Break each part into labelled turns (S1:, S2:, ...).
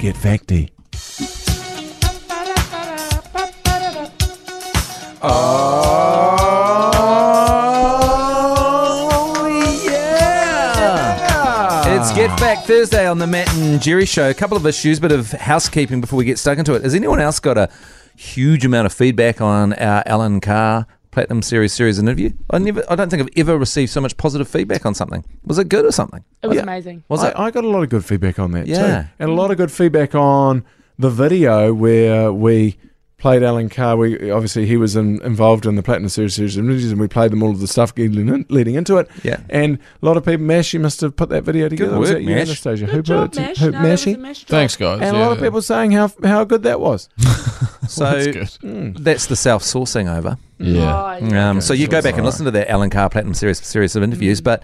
S1: Get vecty. Oh yeah!
S2: It's Get Back Thursday on the Matt and Jerry Show. A couple of issues, bit of housekeeping before we get stuck into it. Has anyone else got a huge amount of feedback on our Alan Carr Platinum Series series interview? I never, I don't think I've ever received so much positive feedback on something. Was it good or something?
S3: It was
S1: Yeah.
S3: amazing.
S2: Was it?
S1: I, I got a lot of good feedback on that
S2: Yeah.
S1: too, and a lot of good feedback on the video where we played Alan Carr. We obviously he was in, involved in the Platinum Series series of movies, and we played them all of the stuff leading, in- leading into it.
S2: Yeah.
S1: and a lot of people. Mash, you must have put that video together. was
S2: work,
S1: that you,
S2: Mash.
S1: Anastasia?
S3: Good
S1: who
S3: job,
S1: put it?
S3: Mash.
S1: to- Who,
S3: No, that was
S1: Mashy?
S3: a Mash job.
S4: Thanks, guys.
S1: And a
S4: yeah.
S1: lot of people saying how how good that was.
S4: That's
S2: So
S4: good.
S1: Mm.
S2: that's the self sourcing over.
S4: Yeah.
S3: Oh, yeah.
S2: Um, so you
S1: sure,
S2: go
S1: it's
S2: back and
S1: all
S2: listen to that Alan Carr Platinum series series of interviews, but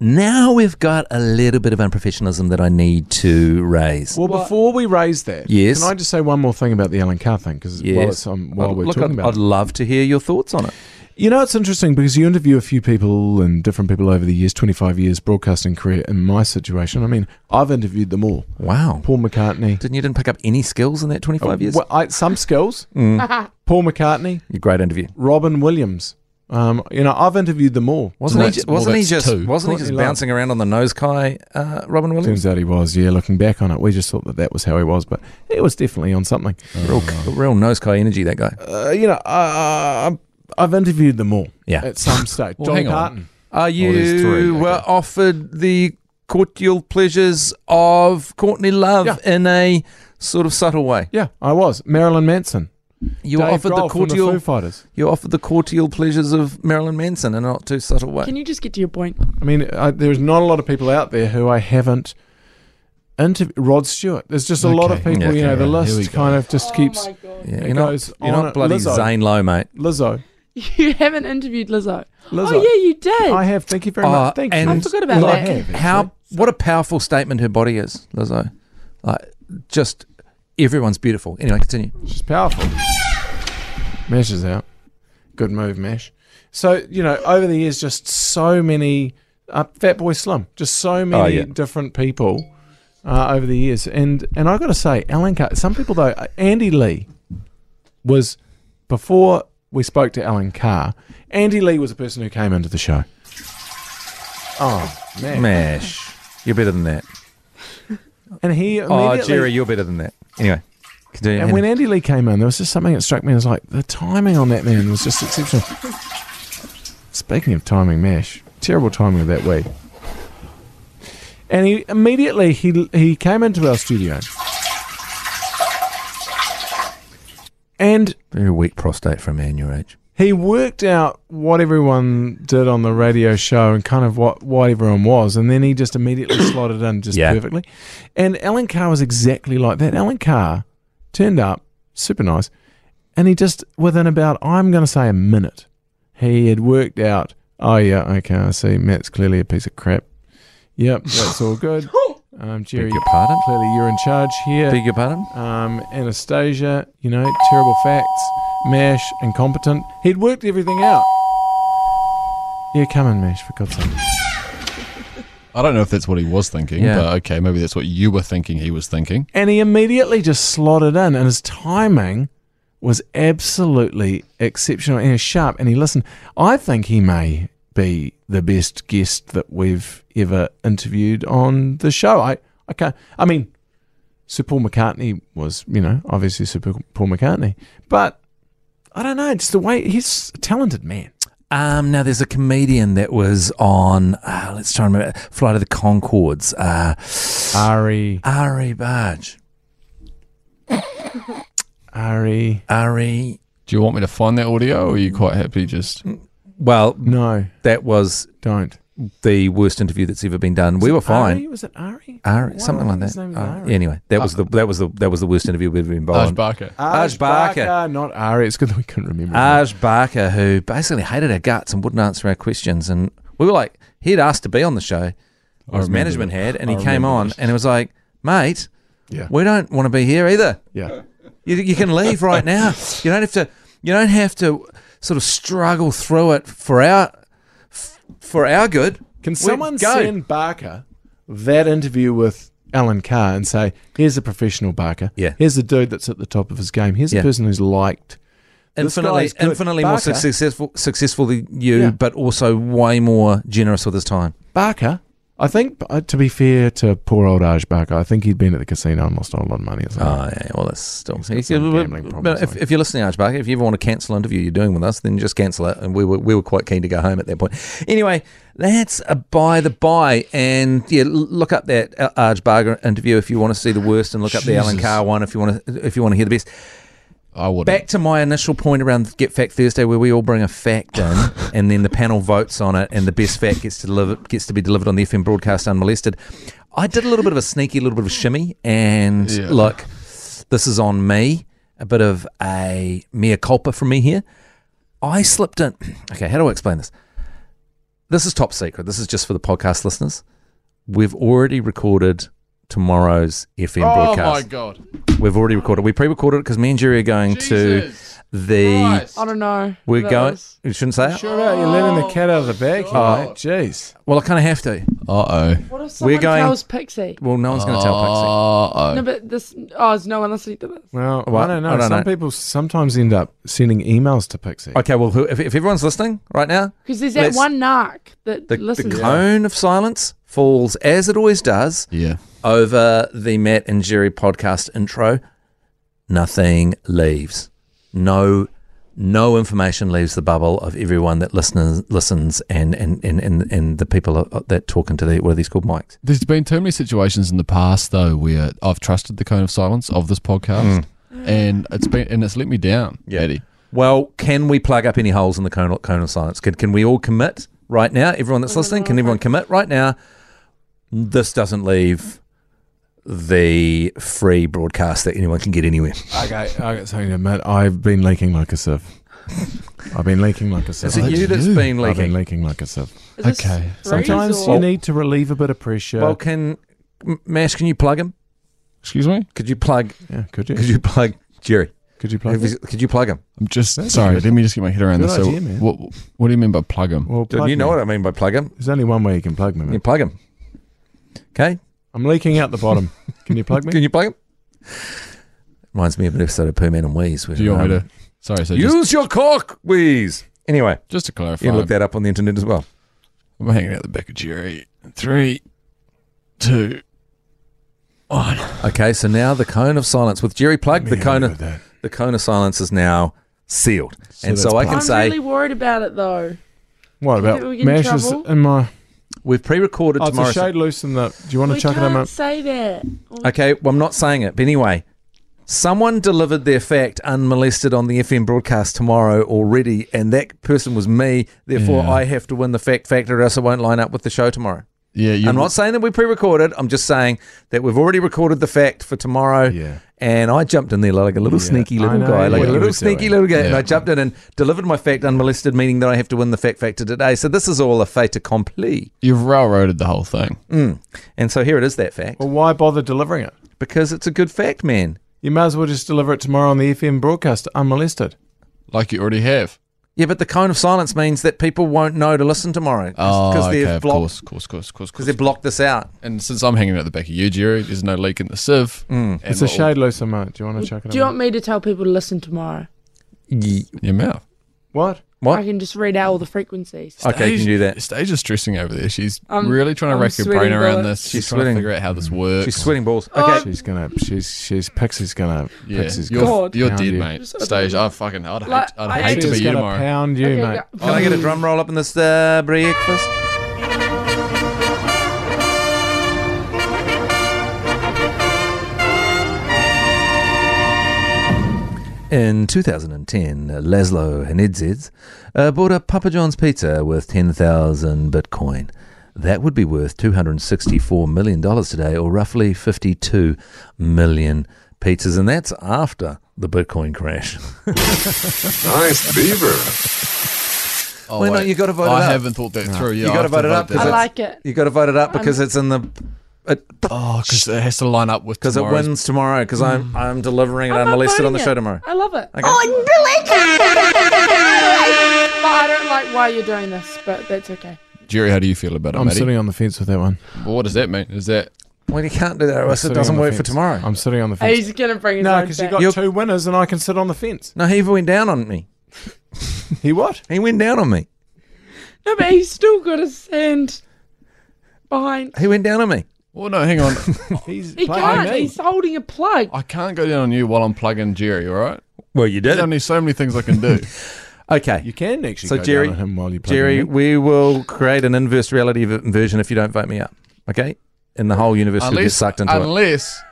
S2: now we've got a little bit of unprofessionalism that I need to raise.
S1: Well,
S3: What-
S1: before we raise that,
S2: Yes.
S1: can I just say one more thing about the Alan Carr thing? Because while,
S2: Yes.
S1: it's, um, while
S2: I'd-
S1: we're
S2: look,
S1: talking
S2: I'd,
S1: about
S2: I'd love to hear your thoughts on it.
S1: You know, it's interesting because you interview a few people and different people over the years, 25 years broadcasting career. In my situation, I mean, I've interviewed them all.
S2: Wow.
S1: Paul McCartney. Oh,
S2: Didn't you didn't pick up any skills in that 25 years? Mm.
S1: Well, I, some skills. Paul McCartney,
S2: Great interview.
S1: Robin Williams. Um, you know, I've interviewed them all.
S2: Wasn't
S4: Well,
S2: he? Just,
S4: that's- well,
S2: wasn't he
S4: that's
S2: just?
S4: two.
S2: Wasn't he
S1: Courtney
S2: just
S1: Love.
S2: bouncing around on the nose kai? Uh, Robin Williams.
S1: Turns out he was, yeah, looking back on it. We just thought that that was how he was, but it was definitely on something.
S2: Real, real nose kai energy. That guy.
S1: Uh, you know, uh, I've interviewed them all
S2: Yeah.
S1: at some stage.
S4: Well,
S1: Dolly
S4: hang on.
S1: Parton.
S2: Are you
S4: there's three,
S2: were
S4: okay.
S2: offered the courtial pleasures of Courtney Love
S1: Yeah.
S2: in a sort of subtle way.
S1: Yeah, I was. Marilyn Manson.
S2: You were
S1: Dave
S2: offered the
S1: Grohl from
S2: courtial.
S1: Foo Fighters.
S2: you were offered the courtial pleasures of Marilyn Manson in a not too subtle way.
S3: Can you just get to your point?
S1: I mean, I, there's not a lot of people out there who I haven't interviewed. Rod Stewart. There's just a lot of
S4: Okay.
S1: people,
S2: Yeah,
S1: you know,
S4: okay,
S1: the
S4: right. Here we
S1: list
S4: go.
S1: kind of just
S3: Oh
S1: keeps.
S2: yeah,
S1: it
S2: you're not,
S1: goes
S2: you're
S1: on
S2: not
S1: it.
S2: bloody
S1: Lizzo.
S2: Zane Lowe, mate.
S1: Lizzo.
S3: You haven't interviewed Lizzo.
S1: Lizzo.
S3: Oh yeah, you did.
S1: I have. Thank you very
S2: Uh,
S1: much. Thank you.
S2: and I
S3: forgot about
S1: Well, I
S3: that.
S1: have, actually.
S2: How? What a powerful statement her body is, Lizzo. Like, just everyone's beautiful. Anyway, continue.
S1: She's powerful. Mash is out. Good move, Mash. So, you know, over the years, just so many. Uh, Fat Boy Slim. Just so many
S2: Oh, yeah.
S1: different people uh, over the years. And and i got to say, Alan Carr, some people, though, uh, Andy Lee was, before we spoke to Alan Carr, Andy Lee was a person who came into the show. Oh, man.
S2: Mash, you're better than that.
S1: And he
S2: Oh,
S1: immediately.
S2: Jerry, you're better than that. Anyway, continue.
S1: And when Andy Lee came in, there was just something that struck me as like the timing on that man was just exceptional. Speaking of timing, Mash, terrible timing of that week. And he immediately he he came into our studio, and
S2: Very weak prostate for a man your age.
S1: he worked out what everyone did on the radio show and kind of what, what everyone was, and then he just immediately slotted in just
S2: Yeah.
S1: perfectly. And Alan Carr was exactly like that. Alan Carr turned up, super nice, and he just within about I'm going to say a minute, he had worked out. Oh yeah, okay, I see. Matt's clearly a piece of crap. Yep, that's all good. Um, Jerry,
S2: Beg your pardon?
S1: clearly you're in charge here
S2: Beg your pardon?
S1: um, Anastasia, you know, terrible facts, Mash, incompetent. He'd worked everything out. Yeah, come on, Mash, for God's sake.
S4: I don't know if that's what he was thinking,
S2: Yeah.
S4: but okay, maybe that's what you were thinking he was thinking.
S1: And he immediately just slotted in, and his timing was absolutely exceptional and sharp. And he listened. I think he may be the best guest that we've ever interviewed on the show. I, I can't. I mean, Sir Paul McCartney was, you know, obviously Sir Paul Paul McCartney, but I don't know. Just the way he's a talented man.
S2: Um, now, there's a comedian that was on, uh, let's try and remember, Flight of the Concords, uh,
S1: Ari,
S2: Ari Barge.
S1: Ari.
S2: Ari,
S4: Do you want me to find that audio, or are you quite happy just?
S2: well,
S1: No,
S2: that was
S1: don't.
S2: the worst interview that's ever been done. we were
S1: Ari?
S2: fine.
S1: Was it Ari?
S2: Ari,
S1: Why
S2: something
S1: do I
S2: like
S1: think his
S2: that.
S1: name is
S2: Uh,
S1: Ari?
S2: anyway, that was the that was the that was the worst interview we've ever been involved.
S4: Taj
S2: in.
S4: Barker.
S2: Aj Barker.
S1: Not Ari. It's good that we couldn't remember.
S2: Aj Barker, who basically hated our guts and wouldn't answer our questions, and we were like, he'd asked to be on the show, or his
S4: remember
S2: management
S4: that.
S2: had, and
S4: I
S2: he came
S4: remember
S2: on,
S4: this.
S2: and it was like, mate,
S1: Yeah.
S2: we don't want to be here either.
S1: yeah.
S2: You, you can leave right now. You don't have to. You don't have to sort of struggle through it for our for our good.
S1: Can
S2: We-
S1: someone
S2: go.
S1: send Barker that interview with Alan Carr and say, here's a professional barker.
S2: Yeah.
S1: Here's the dude that's at the top of his game. Here's
S2: Yeah.
S1: the person who's liked. This
S2: Infinitely,
S1: guy's good.
S2: infinitely more
S1: Barker-
S2: successful, successful than you,
S1: Yeah.
S2: but also way more generous with his time.
S1: Barker, I think, uh, to be fair to poor old Arj Barker, I think he'd been at the casino and lost a lot of money or something.
S2: Oh, yeah, well, that's still.
S1: He's got some gambling problems,
S2: but if,
S1: like-
S2: if you're listening, Arch Barker, if you ever want to cancel an interview you're doing with us, then just cancel it. And we were, we were quite keen to go home at that point. Anyway, that's a by the by. And yeah, l- look up that uh, Arj Barker interview if you want to see the worst, and look up the Alan
S4: Jesus.
S2: Carr one if you want to if you want to hear the best.
S4: I wouldn't.
S2: Back to my initial point around Get Fact Thursday, where we all bring a fact in, and then the panel votes on it, and the best fact gets to deliver gets to be delivered on the FM broadcast unmolested. I did a little bit of a sneaky, little bit of a shimmy, and
S4: Yeah.
S2: look, this is on me. A bit of a mea culpa from me here. I slipped in. Okay, how do I explain this? This is top secret. This is just for the podcast listeners. We've already recorded tomorrow's FM
S4: oh my
S2: broadcast.
S4: god.
S2: We've already recorded. We pre-recorded it because me and Jerry are going to
S4: Jesus
S2: the
S4: Christ.
S3: I don't know.
S2: we're
S3: That
S2: going.
S3: was-
S2: You shouldn't say it.
S1: Sure, right, you're letting the cat out of the bag here,
S4: Oh.
S1: mate. Jeez.
S2: Well, I kind of have to.
S4: Uh oh.
S3: What if someone
S2: going-
S3: tells Pixie?
S2: Well, no one's going to tell Pixie.
S4: Uh
S3: No,
S4: oh.
S3: but this. Oh, is no one listening to this?
S1: Well,
S2: Well,
S1: I don't know.
S2: I don't
S1: Some
S2: know.
S1: people sometimes end up sending emails to Pixie.
S2: Okay, well, who, if, if everyone's listening right now,
S3: Because there's that
S2: Let's-
S3: one narc that
S2: the, the
S3: listens.
S2: cone of silence falls, as it always does,
S4: Yeah.
S2: over the Matt and Jerry podcast intro. Nothing leaves. No, no information leaves the bubble of everyone that listens, listens, and and and and, and the people that talk into the what are these called mics?
S4: There's been too many situations in the past though where I've trusted the cone of silence of this podcast, and it's been and it's let me down.
S2: Yeah.
S4: Eddie.
S2: Well, can we plug up any holes in the cone, cone of silence? Can, can we all commit right now? Everyone that's listening, can everyone commit right now? This doesn't leave the free broadcast that anyone can get anywhere.
S1: Okay, I got something to admit. I've been leaking like a sieve. I've been leaking like a sieve.
S2: Is it
S1: I've
S2: you that's
S4: you.
S2: been
S1: I've been
S2: leaking?
S1: leaking like a sieve.
S3: Is this
S4: Okay.
S3: threes
S1: Sometimes
S3: or-
S1: you need to relieve a bit of pressure.
S2: Well, can M- Mash? Can you plug him?
S4: Excuse me.
S2: Could you plug?
S1: yeah, could you?
S2: Could you plug Jerry?
S1: Could you plug
S2: Could
S1: it?
S2: you- could you plug him?
S4: I'm just
S1: That's
S4: sorry.
S1: good.
S4: Let me just get my head around
S1: Good
S4: this. So,
S1: idea, man.
S4: what what do you mean by plug him?
S1: Well,
S2: Do
S1: plug
S2: you know
S1: me. Mm.
S2: what I mean by plug him?
S1: There's only one way you can plug me.
S2: You
S1: Man.
S2: plug him. Okay.
S1: I'm leaking out the bottom. Can you plug me?
S2: Can you plug him? Reminds me of an episode of Pooh Man and Wheeze. Where,
S4: Do you want me
S2: um,
S4: to? Sorry. So just,
S2: use your cork, Wheeze? Anyway.
S4: just to clarify,
S2: You can look that up on the internet as well.
S4: I'm hanging out the back of Jerry. Three, two, one.
S2: Okay, so now the cone of silence with Jerry Plug, the
S1: Yeah,
S2: cone
S1: with
S2: of,
S1: that.
S2: the cone of silence is now sealed, and
S1: that's
S2: so I can
S3: I'm
S2: say
S3: really worried about it though.
S1: What
S3: think
S1: about
S3: we'll get in
S1: Mash is
S3: trouble?
S1: in my.
S2: we've pre-recorded
S1: Oh, it's a
S2: tomorrow.
S1: shade loose in the. Do you want to
S3: We
S1: chuck it on my.
S3: can't say that.
S2: Okay, well I'm not saying it, but anyway, someone delivered their fact unmolested on the FM broadcast tomorrow already, and that person was me. Therefore,
S4: Yeah.
S2: I have to win the fact factor, or else it won't line up with the show tomorrow.
S4: Yeah, you.
S2: I'm not saying that we pre-recorded. I'm just saying that we've already recorded the fact for tomorrow.
S1: Yeah.
S2: And I jumped in there like a little
S1: Yeah,
S2: sneaky
S1: I
S2: little
S1: know
S2: guy, like
S1: what
S2: a
S1: you
S2: little
S1: were
S2: sneaky
S1: doing.
S2: little guy. And
S4: Yeah.
S2: I jumped in and delivered my fact unmolested, meaning that I have to win the fact factor today. So this is all a fait accompli.
S4: You've railroaded the whole thing.
S2: Mm. And so here it is, that fact,
S1: Well, why bother delivering it?
S2: because it's a good fact, man.
S1: You may as well just deliver it tomorrow on the FM broadcast unmolested.
S4: Like you already have.
S2: Yeah, but the cone of silence means that people won't know to listen tomorrow
S4: Oh, okay,
S2: they've
S4: of
S2: blocked
S4: course, course, course,
S2: because
S4: course, course.
S2: they've blocked this out.
S4: And since I'm hanging out the back of you, Jerry, there's no leak in the sieve.
S2: Mm.
S4: And
S1: It's a
S4: we'll-
S1: shade loose in my. Do you want to chuck it
S3: Do you
S1: on
S3: want me to tell people to listen tomorrow?
S4: in Your mouth.
S1: my. What?
S2: What?
S3: I can just read out all the frequencies.
S2: Okay, you can do that.
S4: Stage is stressing over there. She's
S3: I'm-
S4: really trying to
S3: I'm
S4: rack her brain
S3: sweating
S4: around
S3: bullets.
S4: this.
S2: She's
S4: She's, trying
S2: sweating.
S4: to figure out how this works.
S2: She's sweating balls.
S3: Oh,
S2: Okay,
S1: She's gonna. She's she's Pixie's gonna.
S4: Yeah,
S1: Pixie's
S4: you're,
S1: gonna.
S3: God.
S4: you're
S1: pound
S4: dead,
S1: you.
S4: mate.
S3: Just-
S4: Stage, I fucking, I'd
S3: Like,
S4: hate, I'd
S3: I
S4: hate to
S1: She's
S4: be you
S1: gonna
S4: tomorrow.
S1: pound you,
S3: Okay,
S1: mate.
S3: go-
S2: can I get a drum roll up in this uh, breakfast? In 2010, Laszlo Henidzic uh, bought a Papa John's pizza with 10,000 Bitcoin. That would be worth $264 million today, or roughly 52 million pizzas. And that's after the Bitcoin crash.
S5: Nice beaver.
S4: Oh,
S2: Well, no,
S4: wait.
S2: you gotta vote
S4: I
S2: it up.
S4: haven't thought that through. Yeah,
S2: You
S4: I
S2: gotta
S4: have to
S2: vote it up 'cause
S3: I
S4: that.
S2: it's-
S3: like it.
S2: You got to vote it up because it's in the. It,
S4: Oh, because it has to line up with
S2: Because it
S4: tomorrow's
S2: wins tomorrow. Because
S1: Hmm.
S2: I'm I'm delivering it
S3: I'm not
S2: unmolested on the
S3: voting
S2: show
S3: it. Oh,
S2: tomorrow.
S3: I love it.
S2: Okay.
S3: But I don't like why you're doing this, but that's okay.
S4: Jerry, how do you feel about it,
S1: I'm
S4: matey?
S1: sitting on the fence with that one.
S4: Well, what does that mean? Is that
S2: Well, you can't do that, or else
S1: Sitting
S2: it
S1: on
S2: doesn't
S1: the
S2: work for
S1: fence.
S2: tomorrow.
S1: I'm sitting on the fence.
S3: He's gonna bring his
S1: no,
S3: own
S1: because he
S3: back.
S1: got
S2: You're-
S1: two winners and I can sit on the fence.
S2: No, he went down on me.
S1: He what?
S2: He went down on me.
S3: No, but he's still got his hand behind.
S2: He went down on me.
S4: Well, no, hang on.
S1: He's
S3: He
S1: playing
S3: can't.
S1: me.
S3: He's holding a plug.
S4: I can't go down on you while I'm plugging Jerry. All right.
S2: Well, you
S4: There's only so many things I can do.
S2: Okay,
S1: You can actually
S2: So
S1: go
S2: Jerry-
S1: down on him while you play.
S2: Jerry, we will create an inverse reality v- version if you don't vote me up. Okay, and the whole universe will get
S4: unless,
S2: sucked into it
S4: unless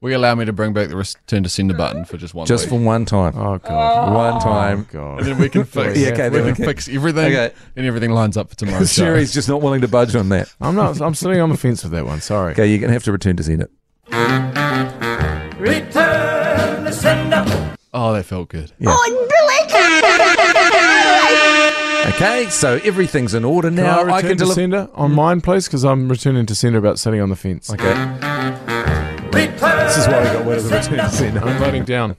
S4: we allow me to bring back the return to sender button for just one.
S2: just for
S4: week.
S2: one time.
S1: Oh god.
S2: One
S1: Oh
S2: time.
S1: god.
S4: And then we can fix.
S2: Yeah, okay, then
S4: we can
S2: we can-
S4: fix everything,
S2: Okay.
S4: and everything lines up for tomorrow's show.
S2: Jerry's just not willing to budge on that.
S1: I'm not I'm sitting on the fence with that one, sorry.
S2: Okay, you're gonna have to return to send it.
S4: Oh, that felt good.
S2: Okay, so everything's in order
S1: Can
S2: now.
S1: I return
S2: can
S1: to
S2: deliver.
S1: sender on mine, please, because I'm returning to sender about sitting on the fence.
S2: Okay. This is why we got rid of the return to sender.
S1: I'm voting down.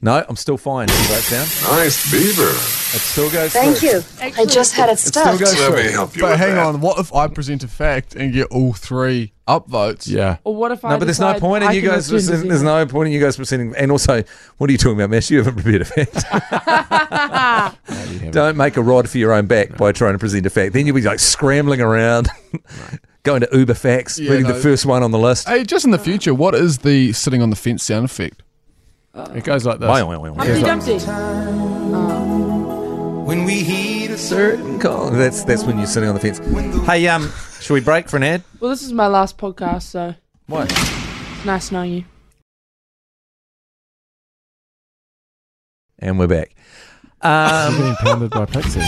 S2: No, I'm still fine. He votes down.
S5: Nice beaver.
S2: It still goes
S6: Thank
S2: through.
S6: you. I just had it
S2: Still
S6: stuffed.
S2: goes
S5: Let
S2: through.
S5: me help you
S4: But
S5: with
S4: hang
S5: that.
S4: on, what if I present a fact and get all three upvotes?
S1: Yeah.
S3: Or what if I?
S2: No, but there's no
S3: decide
S2: point in
S3: I
S2: you
S3: can
S2: guys.
S3: return to
S2: There's,
S3: zero?
S2: there's no point in you guys proceeding. And also, what are you talking about, Mash? You haven't prepared a fact. Don't make a rod for your own back by trying to present a fact. Then you'll be like scrambling around, going to Uber Facts,
S4: Yeah,
S2: reading
S4: no.
S2: the first one on the list.
S4: Hey, just in the future, what is the sitting on the fence sound effect?
S1: It goes like this.
S2: Why, why, why, why?
S3: Humpty Dumpty.
S7: When we heed a
S2: Certain call. That's that's when you're sitting on the fence. Hey, um, should we break for an ad?
S3: Well, this is my last podcast, so
S2: What?
S3: it's nice knowing you.
S2: And we're back. Um,
S1: Getting pounded by pixies.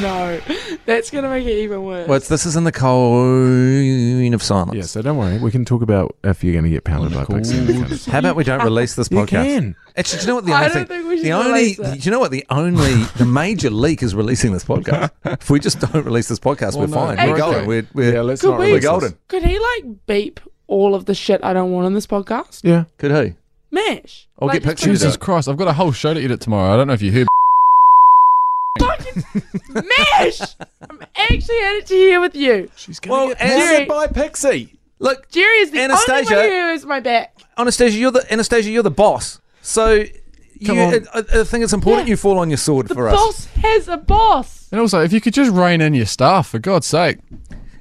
S3: No, that's gonna make it even worse.
S2: well, it's, this is in the cone of silence.
S1: Yeah, so don't worry. We can talk about if you're going to get
S2: Oh,
S1: pounded by pixies.
S2: How about we don't release this
S1: You
S2: podcast?
S1: can.
S2: Actually, do you know what the
S3: I
S2: only
S3: don't
S2: thing?
S3: think we should
S2: the only,
S3: release it.
S2: do you know what the only, the major leak is releasing this podcast. if we just don't release this podcast,
S4: Well,
S2: we're
S4: no,
S2: fine.
S4: we're
S2: we're
S4: okay.
S2: golden. We're, we're
S1: Yeah, let's
S3: Could
S1: not
S3: we-
S1: release
S2: We're golden.
S1: this.
S3: Could he like beep all of the shit I don't want on this podcast?
S1: Yeah.
S2: could who?
S3: Mash.
S2: I'll get
S3: Like, just put
S2: pictures.
S4: Jesus Christ, I've got a whole show to edit tomorrow. I don't know if you hear.
S3: it- Mash. I'm actually at it to here with you.
S1: She's
S2: Well,
S1: going to
S2: Anna-
S1: get pounded by pixie.
S2: Look,
S3: Jerry is the
S2: Anastasia-
S3: only one who has my back.
S2: Anastasia, you're the Anastasia, you're the boss. So, you, uh,
S1: Come on.
S2: I, I think it's important
S3: Yeah.
S2: you fall on your sword
S3: The
S2: for us.
S3: boss has a boss.
S4: And also, if you could just rein in your staff, for God's sake.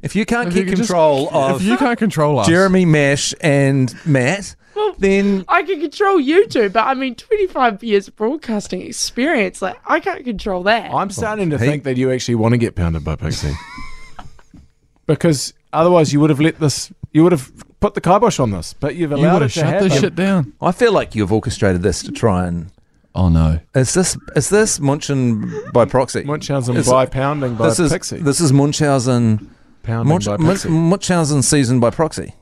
S2: If you can't
S4: If
S2: keep
S4: you could just-
S2: control
S4: if
S2: of
S4: you can't control us,
S2: Jeremy, Mash, and Matt,
S3: Well,
S2: then
S3: I can control you two, but I mean, 25 years of broadcasting experience, like I can't control that.
S2: Oh,
S1: I'm starting to
S2: Hey.
S1: think that you actually want to get pounded by pixie. because otherwise you would have let this, you would have put the kibosh on this, but you've
S4: you
S1: allowed
S4: would
S1: it to
S4: have shut
S1: happen.
S4: this shit down.
S3: uh,
S2: I feel like you've orchestrated this to try and.
S4: Oh no.
S2: Is this is this Munchen by proxy?
S1: Munchausen
S2: Is-
S1: by pounding by
S2: this is
S1: pixie.
S2: this is Munchausen
S1: pounding
S2: Munch,
S1: by
S2: Mun-
S1: pixie.
S2: Munchausen season by proxy.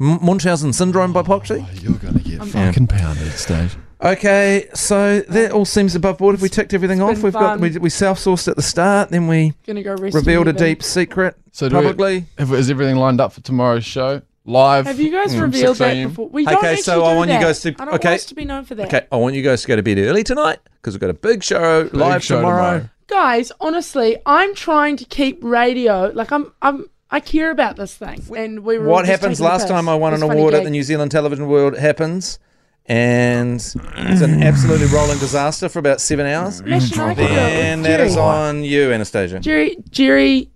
S2: M- Munchausen syndrome by proxy.
S4: You're gonna get fucking pounded, stage.
S2: Okay, so that all seems above board. We ticked everything
S3: It's
S2: off.
S3: been
S2: We've got
S3: fun.
S2: we, we self sourced at the start, then we
S3: gonna go rest. in
S2: revealed a
S3: your bed.
S2: deep secret
S4: So do we-
S2: publicly.
S4: Have- Is everything lined up for tomorrow's show? Live.
S3: Have you guys
S2: Hmm,
S4: from
S3: revealed
S4: 6
S3: that
S4: a.m.?
S3: before? We
S2: Okay,
S3: don't actually
S2: so I
S3: do
S2: want you
S3: that.
S2: guys to-
S3: I don't
S2: okay.
S3: want us to be known for that.
S2: Okay, I want you guys to go to bed early tonight because we've got a big show live
S4: show
S2: tomorrow.
S4: tomorrow.
S3: Guys, honestly, I'm trying to keep radio like I'm. I'm. I care about this thing, and we were. all
S2: What
S3: Mm, just
S2: happens
S3: taking the
S2: last
S3: piss.
S2: time I won
S3: It's
S2: an
S3: funny
S2: award at
S3: gag.
S2: the New Zealand Television World happens, and it's an absolutely rolling disaster for about seven hours.
S3: Mash and I can do it.
S2: And that
S3: Jerry.
S2: is on you, Anastasia.
S3: Jerry, Jerry,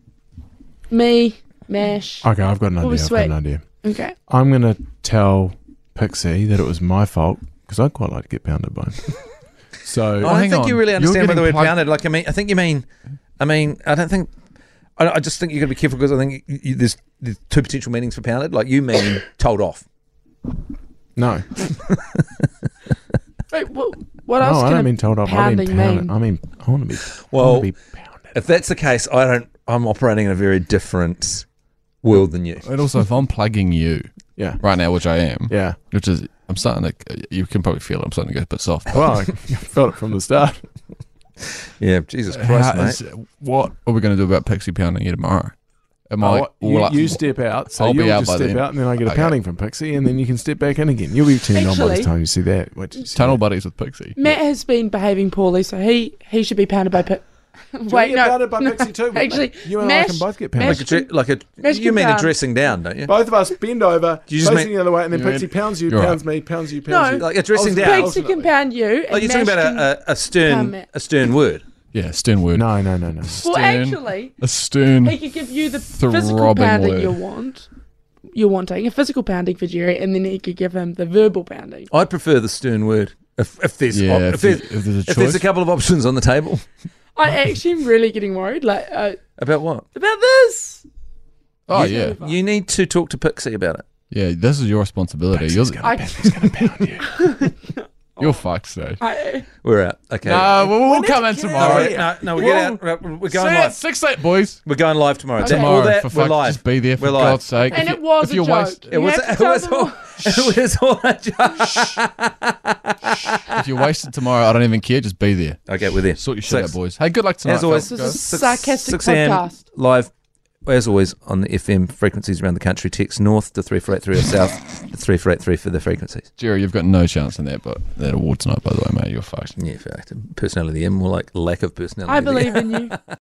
S3: me, Mash.
S1: Okay, I've got an idea.
S3: we
S1: I've got an
S3: sweat.
S1: idea.
S3: Okay.
S1: I'm going to tell Pixie that it was my fault because I'd quite like to get pounded by him. so,
S2: I
S4: Oh,
S2: don't
S4: hang
S2: think
S4: on.
S2: you really
S4: You're
S2: understand whether
S4: getting
S2: we're
S4: plugged-
S2: pounded. Like I mean, I think you mean, I mean, I don't think. I, I just think you got to be careful because I think you, you, there's, there's two potential meanings for pounded. Like you mean told off.
S1: no.
S3: Wait, what, what
S1: No,
S3: else
S1: I
S3: can
S1: don't
S3: a
S1: mean told off. I mean
S3: pounding
S1: pounded.
S3: mean?
S1: I mean, I want to be, I
S2: Well,
S1: want to be pounded.
S2: If that's the case, I don't. I'm operating in a very different world than you.
S4: And also, if I'm plugging you
S1: Yeah.
S4: right now, which I am,
S1: Yeah.
S4: which is, I'm starting to, you can probably feel it. I'm starting to go a bit soft.
S1: Well, I felt it from the start.
S2: Yeah, Jesus Christ,
S4: uh, How
S2: mate.
S4: is- what are we going to do about pixie pounding you tomorrow? Am I?
S1: Oh, you,
S4: all up-
S1: you step out, so
S4: I'll be
S1: you'll
S4: out by
S1: just step
S4: then.
S1: out, and then I get a
S4: Okay.
S1: pounding from Pixie, and then you can step back in again. You'll be turned on by
S3: Actually-
S1: the time you see that. What did you say?
S4: tunnel buddies with pixie.
S3: Matt has been behaving poorly, so he he should be pounded by. Pi- Wait,
S1: get
S3: no,
S1: outed by
S3: no.
S1: Pixie too?
S3: Actually,
S1: You and I
S3: Mash-
S1: can both get
S2: Like
S1: pounded.
S2: a, dre- like a
S3: Mesh
S2: you mean a
S3: down.
S2: dressing down, don't you?
S1: Both of us bend over,
S2: You just
S1: facing
S2: make-
S1: the other way, and then
S4: You
S1: Pixie
S4: mean-
S1: pounds you,
S4: You're right.
S1: pounds me, pounds you, pounds
S3: No.
S1: you.
S2: Like a dressing
S1: Ultimately-
S2: down.
S3: Pigs that can pound you.
S2: Oh,
S3: and
S2: you're talking
S3: mash
S2: about
S3: can-
S2: a, a, a stern
S3: Come.
S2: a stern word.
S4: Yeah, stern word.
S1: no, no, no, no.
S3: Well,
S4: Stern.
S3: actually,
S4: A stern.
S3: he could give you the physical
S4: Throbbing
S3: pounding
S4: word.
S3: you want. You're wanting a physical pounding for Jerry, and then he could give him the verbal pounding.
S2: I'd prefer the stern word if, if there's
S4: Yeah,
S2: Oh, if,
S4: if
S2: there's,
S4: you- if there's a
S2: if there's a
S4: choice.
S2: couple of options on the table
S3: I actually am really getting worried, like uh,
S2: about what
S3: about this.
S4: Oh yeah,
S2: you need to talk to Pixie about it.
S4: yeah. This is your responsibility. You're,
S3: I,
S4: you're fucked today.
S3: I,
S2: We're out. Okay.
S4: Nah, we'll, we'll come in
S1: get out
S2: All
S4: tomorrow.
S1: of
S2: right,
S1: here.
S2: no, no, we're
S4: Well,
S2: getting out. We're
S4: See
S2: going
S4: you at
S2: live.
S4: six eight, boys.
S2: We're going live tomorrow. That- all
S4: Tomorrow,
S2: that,
S4: for
S2: we're
S4: fuck's
S2: live.
S4: just be there for
S2: We're live.
S4: God's sake.
S3: and
S4: If
S3: it
S4: you-
S3: was
S4: if
S3: a
S4: you're
S3: joke.
S4: waste-
S2: It
S3: You
S2: was,
S3: have to
S2: it,
S3: tell
S2: was
S3: them
S2: all,
S3: all.
S2: it was all a joke.
S4: if you're wasted tomorrow, I don't even care. Just be there.
S2: Okay, we're there.
S4: Sort your shit
S2: Six.
S4: out, boys. Hey, good luck tonight.
S2: As always,
S4: fellas.
S3: This is a
S2: six-
S3: sarcastic
S2: 6 a.m.
S3: podcast.
S2: Live, as always, on the FM frequencies around the country. Text north to 3483 or south to 3483 for the frequencies.
S4: Jerry, you've got no chance in that, but that award tonight, by the way, mate, you're fucked.
S2: Yeah, in fact, personality of the M, more like lack of personality.
S3: I
S2: of the M.
S3: believe in you.